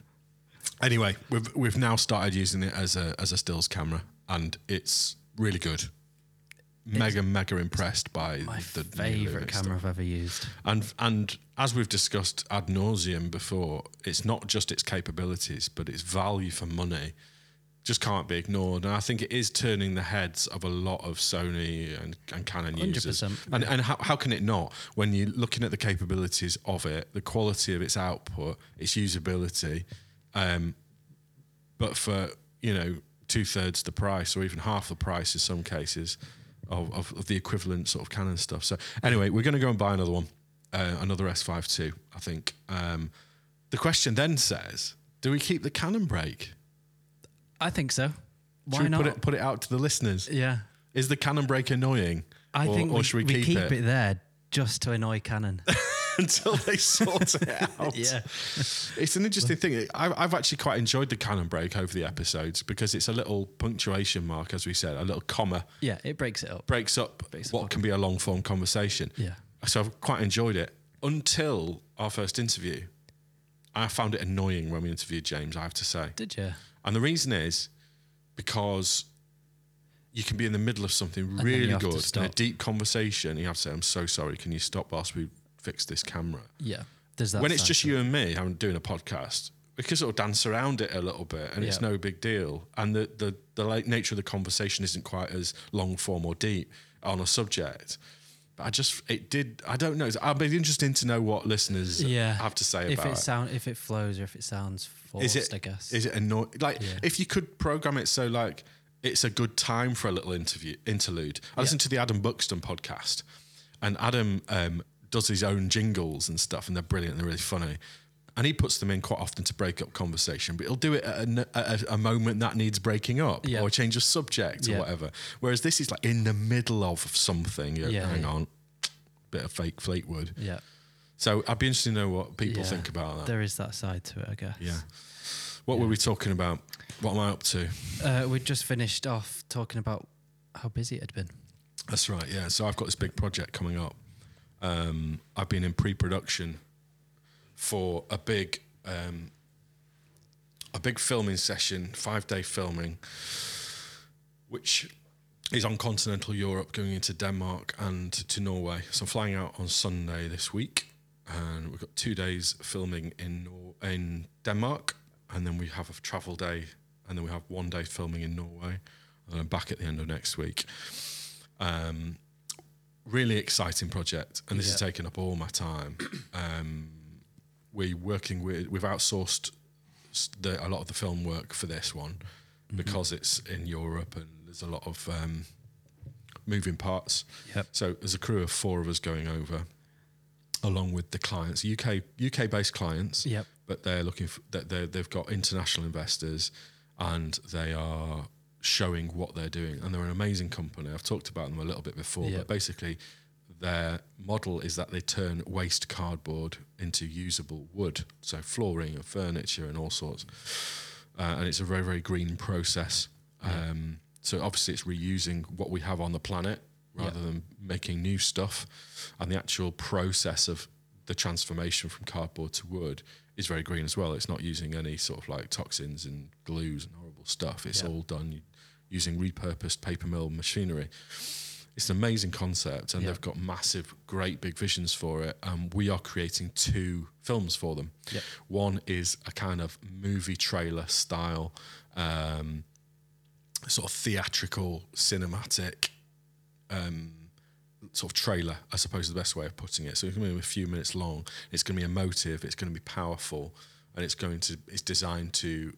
Speaker 2: anyway, we've we've now started using it as a as a stills camera, and it's really good. Mega mega impressed by
Speaker 1: My
Speaker 2: the new
Speaker 1: favorite
Speaker 2: Lumix
Speaker 1: camera I've ever used.
Speaker 2: And and as we've discussed ad nauseum before, it's not just its capabilities, but its value for money just can't be ignored. And I think it is turning the heads of a lot of Sony and, and Canon users.
Speaker 1: 100%,
Speaker 2: And, and how, how can it not? When you're looking at the capabilities of it, the quality of its output, its usability, um, but for you know two thirds the price or even half the price in some cases of, of, of the equivalent sort of Canon stuff. So anyway, we're going to go and buy another one, uh, another S5 II, I think. Um, the question then says, do we keep the Canon break?
Speaker 1: I think so. Why
Speaker 2: should we
Speaker 1: not?
Speaker 2: put it put it out to the listeners?
Speaker 1: yeah.
Speaker 2: Is the Canon break annoying?
Speaker 1: I
Speaker 2: or,
Speaker 1: think
Speaker 2: or
Speaker 1: we,
Speaker 2: should we, keep, it,
Speaker 1: there just to annoy Canon.
Speaker 2: until they sort it out?
Speaker 1: yeah.
Speaker 2: It's an interesting thing. I've, I've actually quite enjoyed the Canon break over the episodes because it's a little punctuation mark, as we said, a little comma
Speaker 1: Yeah, it breaks it up.
Speaker 2: breaks up
Speaker 1: Breaks
Speaker 2: what can be a long form conversation.
Speaker 1: Yeah.
Speaker 2: So I've quite enjoyed it until our first interview. I found it annoying when we interviewed James, I have to say.
Speaker 1: Did you?
Speaker 2: And the reason is because you can be in the middle of something
Speaker 1: then you
Speaker 2: really
Speaker 1: have to
Speaker 2: good, in a
Speaker 1: stop.
Speaker 2: deep conversation, and you have to say, I'm so sorry, can you stop whilst we fix this camera?
Speaker 1: Yeah. There's that.
Speaker 2: when it's
Speaker 1: side
Speaker 2: just
Speaker 1: to it.
Speaker 2: you and me, I'm doing a podcast, we can sort of dance around it a little bit and it's
Speaker 1: Yeah.
Speaker 2: no big deal. And the, the, the like nature of the conversation isn't quite as long form or deep on a subject. But I just, it did, I don't know. I'd be interested to know what listeners
Speaker 1: yeah.
Speaker 2: have to say
Speaker 1: if
Speaker 2: about
Speaker 1: it
Speaker 2: it.
Speaker 1: sound if it flows or if it sounds forced, I guess.
Speaker 2: Is it annoying? Like,
Speaker 1: Yeah.
Speaker 2: if you could program it so like it's a good time for a little interview interlude. I listened to the Adam Buxton podcast, and Adam um, does his own jingles and stuff, and they're brilliant. They're really funny. And he puts them in quite often to break up conversation, but he'll do it at a, n- at a- a moment that needs breaking up
Speaker 1: Yeah.
Speaker 2: or change of subject
Speaker 1: Yeah.
Speaker 2: or whatever. Whereas this is like in the middle of something. You're,
Speaker 1: Yeah,
Speaker 2: hang
Speaker 1: yeah.
Speaker 2: on, bit of fake Fleetwood.
Speaker 1: yeah.
Speaker 2: So I'd be interested to know what people
Speaker 1: Yeah.
Speaker 2: think about that.
Speaker 1: There is that side to it, I guess.
Speaker 2: Oh. Yeah. What were we talking about? What am I up to?
Speaker 1: Uh, we just finished off talking about how busy it had been.
Speaker 2: That's right. Yeah. So I've got this big project coming up. Um, I've been in pre-production for a big, um, a big filming session, five-day filming, which is on continental Europe, going into Denmark and to Norway. So I'm flying out on Sunday this week, and we've got two days filming in Nor- in Denmark and then we have a travel day, and then we have one day filming in Norway, and I'm back at the end of next week. Um, really exciting project, and this has
Speaker 1: Yeah.
Speaker 2: taken up all my time. Um, we're working with we've outsourced s- the, a lot of the film work for this one
Speaker 1: Mm-hmm.
Speaker 2: because it's in Europe and there's a lot of um, moving parts.
Speaker 1: Yep.
Speaker 2: So there's a crew of four of us going over, along with the clients, UK UK based clients.
Speaker 1: Yep.
Speaker 2: But they're looking for that they they've got international investors, and they are showing what they're doing. And they're an amazing company. I've talked about them a little bit before,
Speaker 1: Yep.
Speaker 2: but basically. Their model is that they turn waste cardboard into usable wood, so flooring and furniture and all sorts uh, and it's a very very green process. Um, so obviously, it's reusing what we have on the planet rather than making new stuff. And the actual process of the transformation from cardboard to wood is very green as well. It's not using any sort of like toxins and glues and horrible stuff. It's
Speaker 1: Yeah.
Speaker 2: all done using repurposed paper mill machinery. It's an amazing concept, and
Speaker 1: Yeah.
Speaker 2: they've got massive, great, big visions for it. And we are creating two films for them.
Speaker 1: Yep.
Speaker 2: One is a kind of movie trailer style, um, sort of theatrical, cinematic, um, sort of trailer, I suppose is the best way of putting it. So it's going to be a few minutes long. It's going to be emotive. It's going to be powerful, and it's going to it's designed to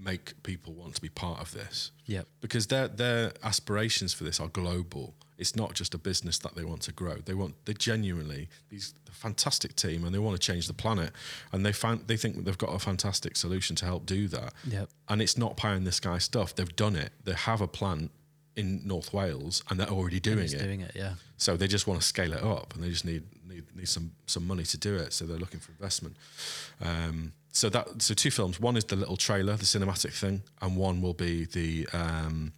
Speaker 2: make people want to be part of this
Speaker 1: Yep.
Speaker 2: because their their aspirations for this are global. It's not just a business that they want to grow. They want they genuinely these a fantastic team and they want to change the planet and they find they think they've got a fantastic solution to help do that.
Speaker 1: Yep.
Speaker 2: And it's not pie in the sky stuff. They've done it. They have a plant in North Wales and they're already doing
Speaker 1: He's
Speaker 2: it.
Speaker 1: doing it. Yeah.
Speaker 2: So they just want to scale it up, and they just need need, need some some money to do it. So they're looking for investment. Um, so that so two films. One is the little trailer, the cinematic thing, and one will be the um,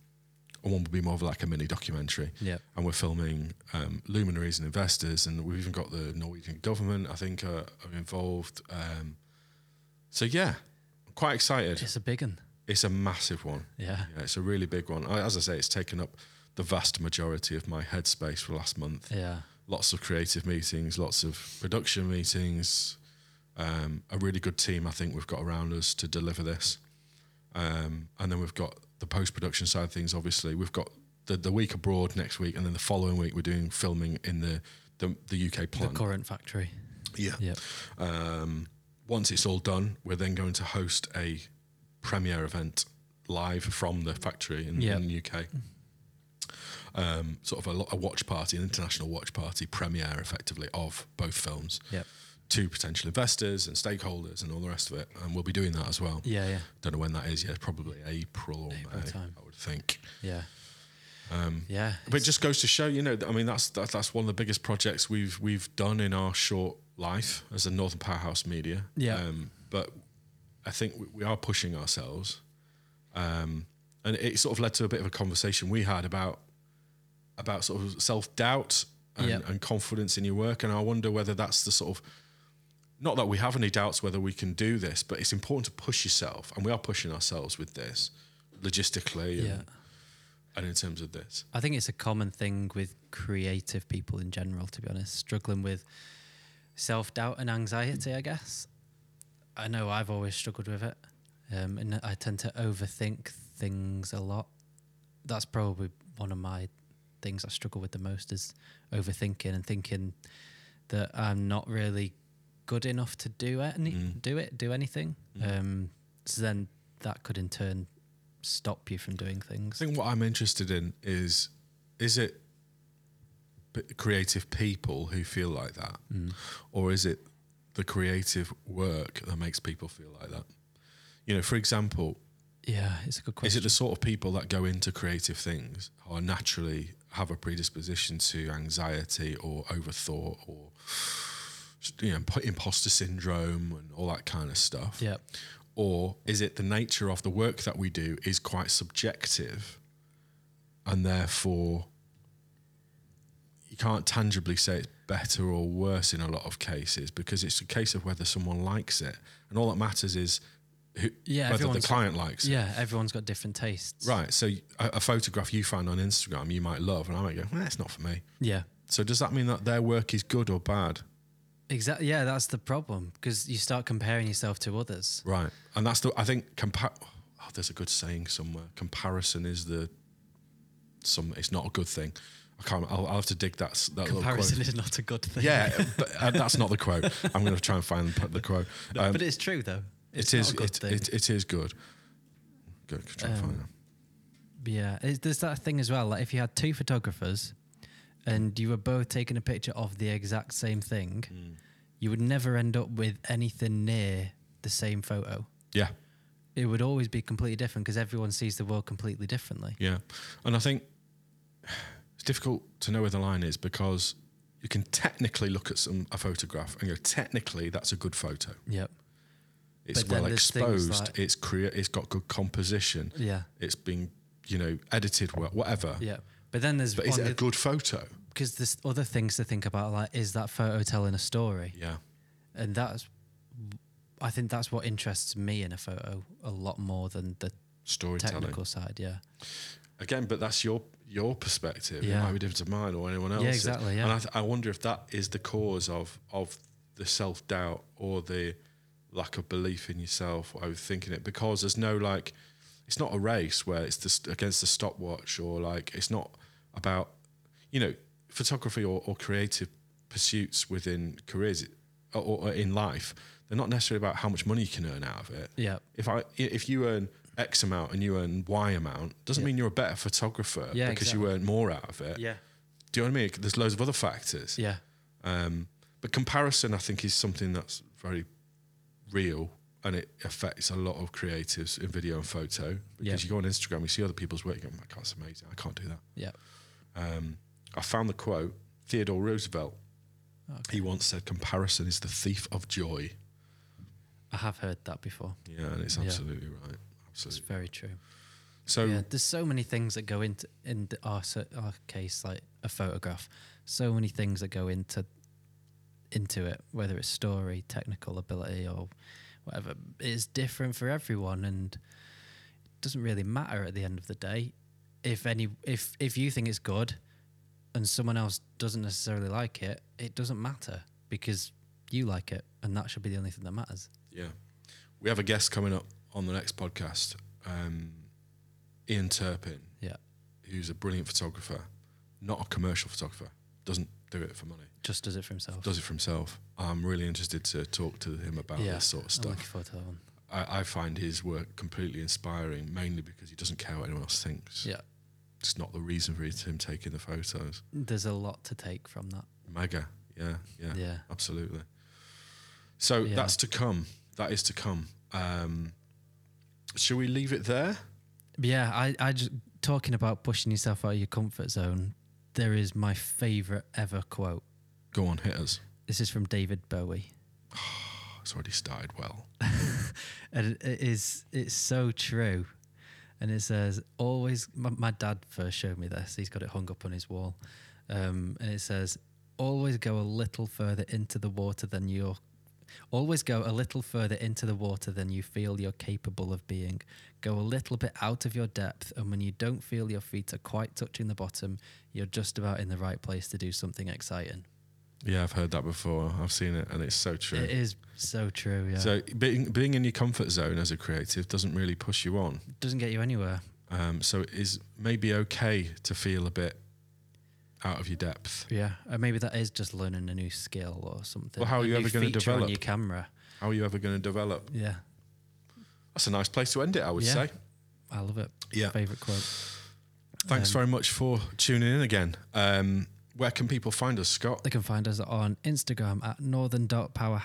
Speaker 2: and one will be more of like a mini documentary.
Speaker 1: Yep.
Speaker 2: And we're filming um, luminaries and investors, and we've even got the Norwegian government. I think are, are involved. Um, so yeah, I'm quite excited.
Speaker 1: It's a big one.
Speaker 2: It's a massive one.
Speaker 1: Yeah.
Speaker 2: Yeah, it's a really big one. I, as I say, it's taken up the vast majority of my headspace for the last month
Speaker 1: Yeah.
Speaker 2: lots of creative meetings, lots of production meetings. Um, a really good team, I think, we've got around us to deliver this. Um, and then we've got the post production side of things, obviously. We've got the, the week abroad next week, and then the following week, we're doing filming in the, the, the UK
Speaker 1: The
Speaker 2: plant.
Speaker 1: current factory.
Speaker 2: yeah.
Speaker 1: Yep.
Speaker 2: Um, once it's all done, we're then going to host a premiere event live from the factory in,
Speaker 1: Yeah.
Speaker 2: in the UK. Um, sort of a, lo- a watch party, an international watch party premiere, effectively of both films
Speaker 1: Yep.
Speaker 2: to potential investors and stakeholders and all the rest of it. And we'll be doing that as well.
Speaker 1: Yeah. Yeah.
Speaker 2: Don't know when that is yet. Probably April or
Speaker 1: April
Speaker 2: May,
Speaker 1: time.
Speaker 2: I would think.
Speaker 1: Yeah. Um, yeah.
Speaker 2: But it just goes to show, you know, th- I mean, that's that's that's one of the biggest projects we've we've done in our short life as a Northern Powerhouse Media.
Speaker 1: Yeah.
Speaker 2: Um, but I think we, we are pushing ourselves, um, and it sort of led to a bit of a conversation we had about about sort of self doubt and,
Speaker 1: Yeah.
Speaker 2: and confidence in your work, and I wonder whether that's the sort of not that we have any doubts whether we can do this, but it's important to push yourself, and we are pushing ourselves with this logistically and,
Speaker 1: Yeah.
Speaker 2: and in terms of this.
Speaker 1: I think it's a common thing with creative people in general, to be honest, struggling with self doubt and anxiety, I guess. I know I've always struggled with it. Um, and I tend to overthink things a lot. That's probably one of my things I struggle with the most is overthinking and thinking that I'm not really good enough to do it,
Speaker 2: Mm.
Speaker 1: do it, do anything. Um, so then that could in turn stop you from doing
Speaker 2: I
Speaker 1: things.
Speaker 2: think what I'm interested in is is it p- creative people who feel like that,
Speaker 1: Mm.
Speaker 2: or is it the creative work that makes people feel like that? You know, for example,
Speaker 1: Yeah, it's a good question.
Speaker 2: is it the sort of people that go into creative things who are naturally have a predisposition to anxiety or overthought or you know imp- imposter syndrome and all that kind of stuff?
Speaker 1: Yeah.
Speaker 2: or is it the nature of the work that we do is quite subjective and therefore you can't tangibly say it's better or worse in a lot of cases because it's a case of whether someone likes it and all that matters is who,
Speaker 1: Yeah,
Speaker 2: whether the
Speaker 1: everyone's-
Speaker 2: client likes it
Speaker 1: Yeah, everyone's got different tastes.
Speaker 2: right so y- a, a photograph you find on instagram you might love and i might go well, that's not for me
Speaker 1: Yeah.
Speaker 2: so does that mean that their work is good or bad
Speaker 1: Exactly. Yeah, that's the problem because you start comparing yourself to others.
Speaker 2: Right. And that's the, I think, compa- oh, there's a good saying somewhere. Comparison is the, some, it's not a good thing. I can't, I'll, I'll have to dig that, s- that little quote.
Speaker 1: Comparison is not a good thing.
Speaker 2: yeah, but uh, that's not the quote. I'm going to try and find the the quote. Um,
Speaker 1: but it's true though. not
Speaker 2: it is,
Speaker 1: a good
Speaker 2: it,
Speaker 1: thing. Um,
Speaker 2: it, it is good. Good, try and find that.
Speaker 1: Yeah, it, there's that thing as well. Like if you had two photographers and you were both taking a picture of the exact same thing, you would never end up with anything near the same photo.
Speaker 2: Yeah,
Speaker 1: It would always be completely different because everyone sees the world completely differently.
Speaker 2: yeah. And I think it's difficult to know where the line is because you can technically look at some a photograph and go, technically, that's a good photo.
Speaker 1: Yep.
Speaker 2: It's
Speaker 1: But then
Speaker 2: well
Speaker 1: there's things
Speaker 2: exposed.
Speaker 1: like-
Speaker 2: it's crea- It's got good composition.
Speaker 1: Yeah.
Speaker 2: It's been, you know, edited well, whatever.
Speaker 1: Yeah. But then there's
Speaker 2: Um, But is it a
Speaker 1: because
Speaker 2: good photo?
Speaker 1: there's other things to think about. Like, is that photo telling a story?
Speaker 2: Yeah.
Speaker 1: and that's I think that's what interests me in a photo a lot more than the
Speaker 2: Storytelling.
Speaker 1: technical side. Yeah,
Speaker 2: again, but that's your your perspective. It
Speaker 1: Yeah.
Speaker 2: might be different to mine or anyone else's.
Speaker 1: exactly, yeah.
Speaker 2: And I, th- I wonder if that is the cause of of the self doubt or the lack of belief in yourself or overthinking it, because there's no like, it's not a race where it's just against the stopwatch or like it's not about you know photography or, or creative pursuits within careers or, or in life. They're not necessarily about how much money you can earn out of it
Speaker 1: yeah,
Speaker 2: if I if you earn X amount and you earn Y amount, doesn't
Speaker 1: Yeah.
Speaker 2: mean you're a better photographer
Speaker 1: Yeah,
Speaker 2: because you
Speaker 1: exactly.
Speaker 2: earn more out of it.
Speaker 1: yeah,
Speaker 2: Do you know what I mean? There's loads of other factors.
Speaker 1: yeah,
Speaker 2: Um, but comparison, I think, is something that's very real and it affects a lot of creatives in video and photo because
Speaker 1: Yeah.
Speaker 2: you go on Instagram, you see other people's work, you go, oh my God, that's amazing. I can't do that.
Speaker 1: yeah.
Speaker 2: Um, I found the quote Theodore Roosevelt.
Speaker 1: Okay.
Speaker 2: He once said, "Comparison is the thief of joy."
Speaker 1: I have heard that before.
Speaker 2: Yeah, and it's
Speaker 1: Yeah.
Speaker 2: absolutely right.
Speaker 1: It's
Speaker 2: Absolutely.
Speaker 1: very true.
Speaker 2: So
Speaker 1: yeah, there's so many things that go into in the, our cer- our case, like a photograph. So many things that go into into it, whether it's story, technical ability, or whatever. It's different for everyone, and it doesn't really matter at the end of the day. If any, if if you think it's good, and someone else doesn't necessarily like it, it doesn't matter because you like it, and that should be the only thing that matters.
Speaker 2: Yeah. We have a guest coming up on the next podcast, um, Ian Turpin,
Speaker 1: Yeah,
Speaker 2: who's a brilliant photographer, not a commercial photographer, doesn't do it for money,
Speaker 1: just does it for himself.
Speaker 2: does it for himself. I'm really interested to talk to him about
Speaker 1: yeah,
Speaker 2: this sort of
Speaker 1: I'm looking
Speaker 2: stuff.
Speaker 1: forward to that one.
Speaker 2: I, I find his work completely inspiring, mainly because he doesn't care what anyone else thinks.
Speaker 1: Yeah.
Speaker 2: It's not the reason for him taking the photos.
Speaker 1: There's a lot to take from that.
Speaker 2: Mega. Yeah. Yeah.
Speaker 1: Yeah.
Speaker 2: Absolutely. So
Speaker 1: Yeah.
Speaker 2: that's to come. That is to come. Um, shall we leave it there?
Speaker 1: Yeah, I, I just talking about pushing yourself out of your comfort zone, there is my favorite ever quote.
Speaker 2: Go on, hit us.
Speaker 1: This is from David Bowie.
Speaker 2: Oh, it's already started well.
Speaker 1: And it- it is it's so true. And it says, always my, my dad first showed me this. He's got it hung up on his wall. Um, and it says, always go a little further into the water than you're always go a little further into the water than you feel you're capable of being. Go a little bit out of your depth, and when you don't feel your feet are quite touching the bottom, you're just about in the right place to do something exciting.
Speaker 2: Yeah, I've heard that before. I've seen it, and it's so true.
Speaker 1: It is so true, yeah.
Speaker 2: So being being in your comfort zone as a creative doesn't really push you on.
Speaker 1: doesn't get you anywhere.
Speaker 2: Um, so it is maybe okay to feel a bit out of your depth.
Speaker 1: Yeah, or maybe that is just learning a new skill or something.
Speaker 2: Well, how are
Speaker 1: a
Speaker 2: you
Speaker 1: new
Speaker 2: ever gonna
Speaker 1: feature
Speaker 2: develop?
Speaker 1: on your camera?
Speaker 2: How are you ever going to develop?
Speaker 1: Yeah,
Speaker 2: That's a nice place to end it, I would
Speaker 1: Yeah.
Speaker 2: say.
Speaker 1: I love it.
Speaker 2: Yeah. Um,
Speaker 1: Favorite quote.
Speaker 2: Thanks very much for tuning in again. Um, where can people find us, Scott?
Speaker 1: They can find us on Instagram at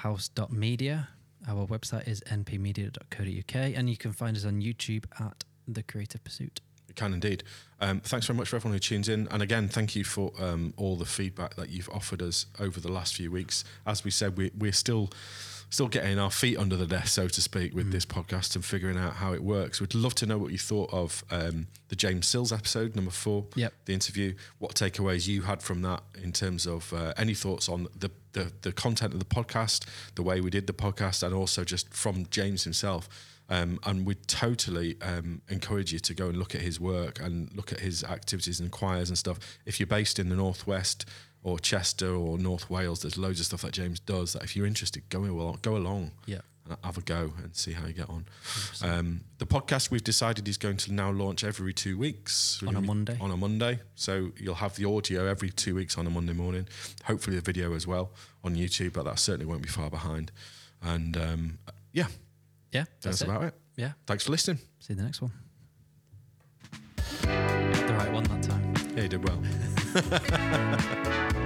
Speaker 1: northern.powerhouse.media. Our website is npmedia.co.uk, and you can find us on YouTube at The Creative Pursuit.
Speaker 2: You can indeed. Um, thanks very much for everyone who tunes in. And again, thank you for um, all the feedback that you've offered us over the last few weeks. As we said, we, we're still still getting our feet under the desk, so to speak, with this podcast and figuring out how it works. We'd love to know what you thought of um, the James Sills episode, number four,
Speaker 1: Yep.
Speaker 2: the interview, what takeaways you had from that in terms of uh, any thoughts on the the the content of the podcast, the way we did the podcast, and also just from James himself. Um, and we totally um, encourage you to go and look at his work and look at his activities and choirs and stuff. If you're based in the northwest or Chester or North Wales, there's loads of stuff that James does. That if you're interested, go along, go along,
Speaker 1: Yeah.
Speaker 2: and have a go and see how you get on. Um, the podcast we've decided is going to now launch every two weeks
Speaker 1: On a Monday.
Speaker 2: On a Monday, so you'll have the audio every two weeks on a Monday morning. Hopefully, the video as well on YouTube, but that certainly won't be far behind. And um, yeah,
Speaker 1: Yeah.
Speaker 2: that's,
Speaker 1: That's, it.
Speaker 2: about it.
Speaker 1: Yeah.
Speaker 2: Thanks for listening.
Speaker 1: See you in the next one. The right one that time.
Speaker 2: Yeah, you did well.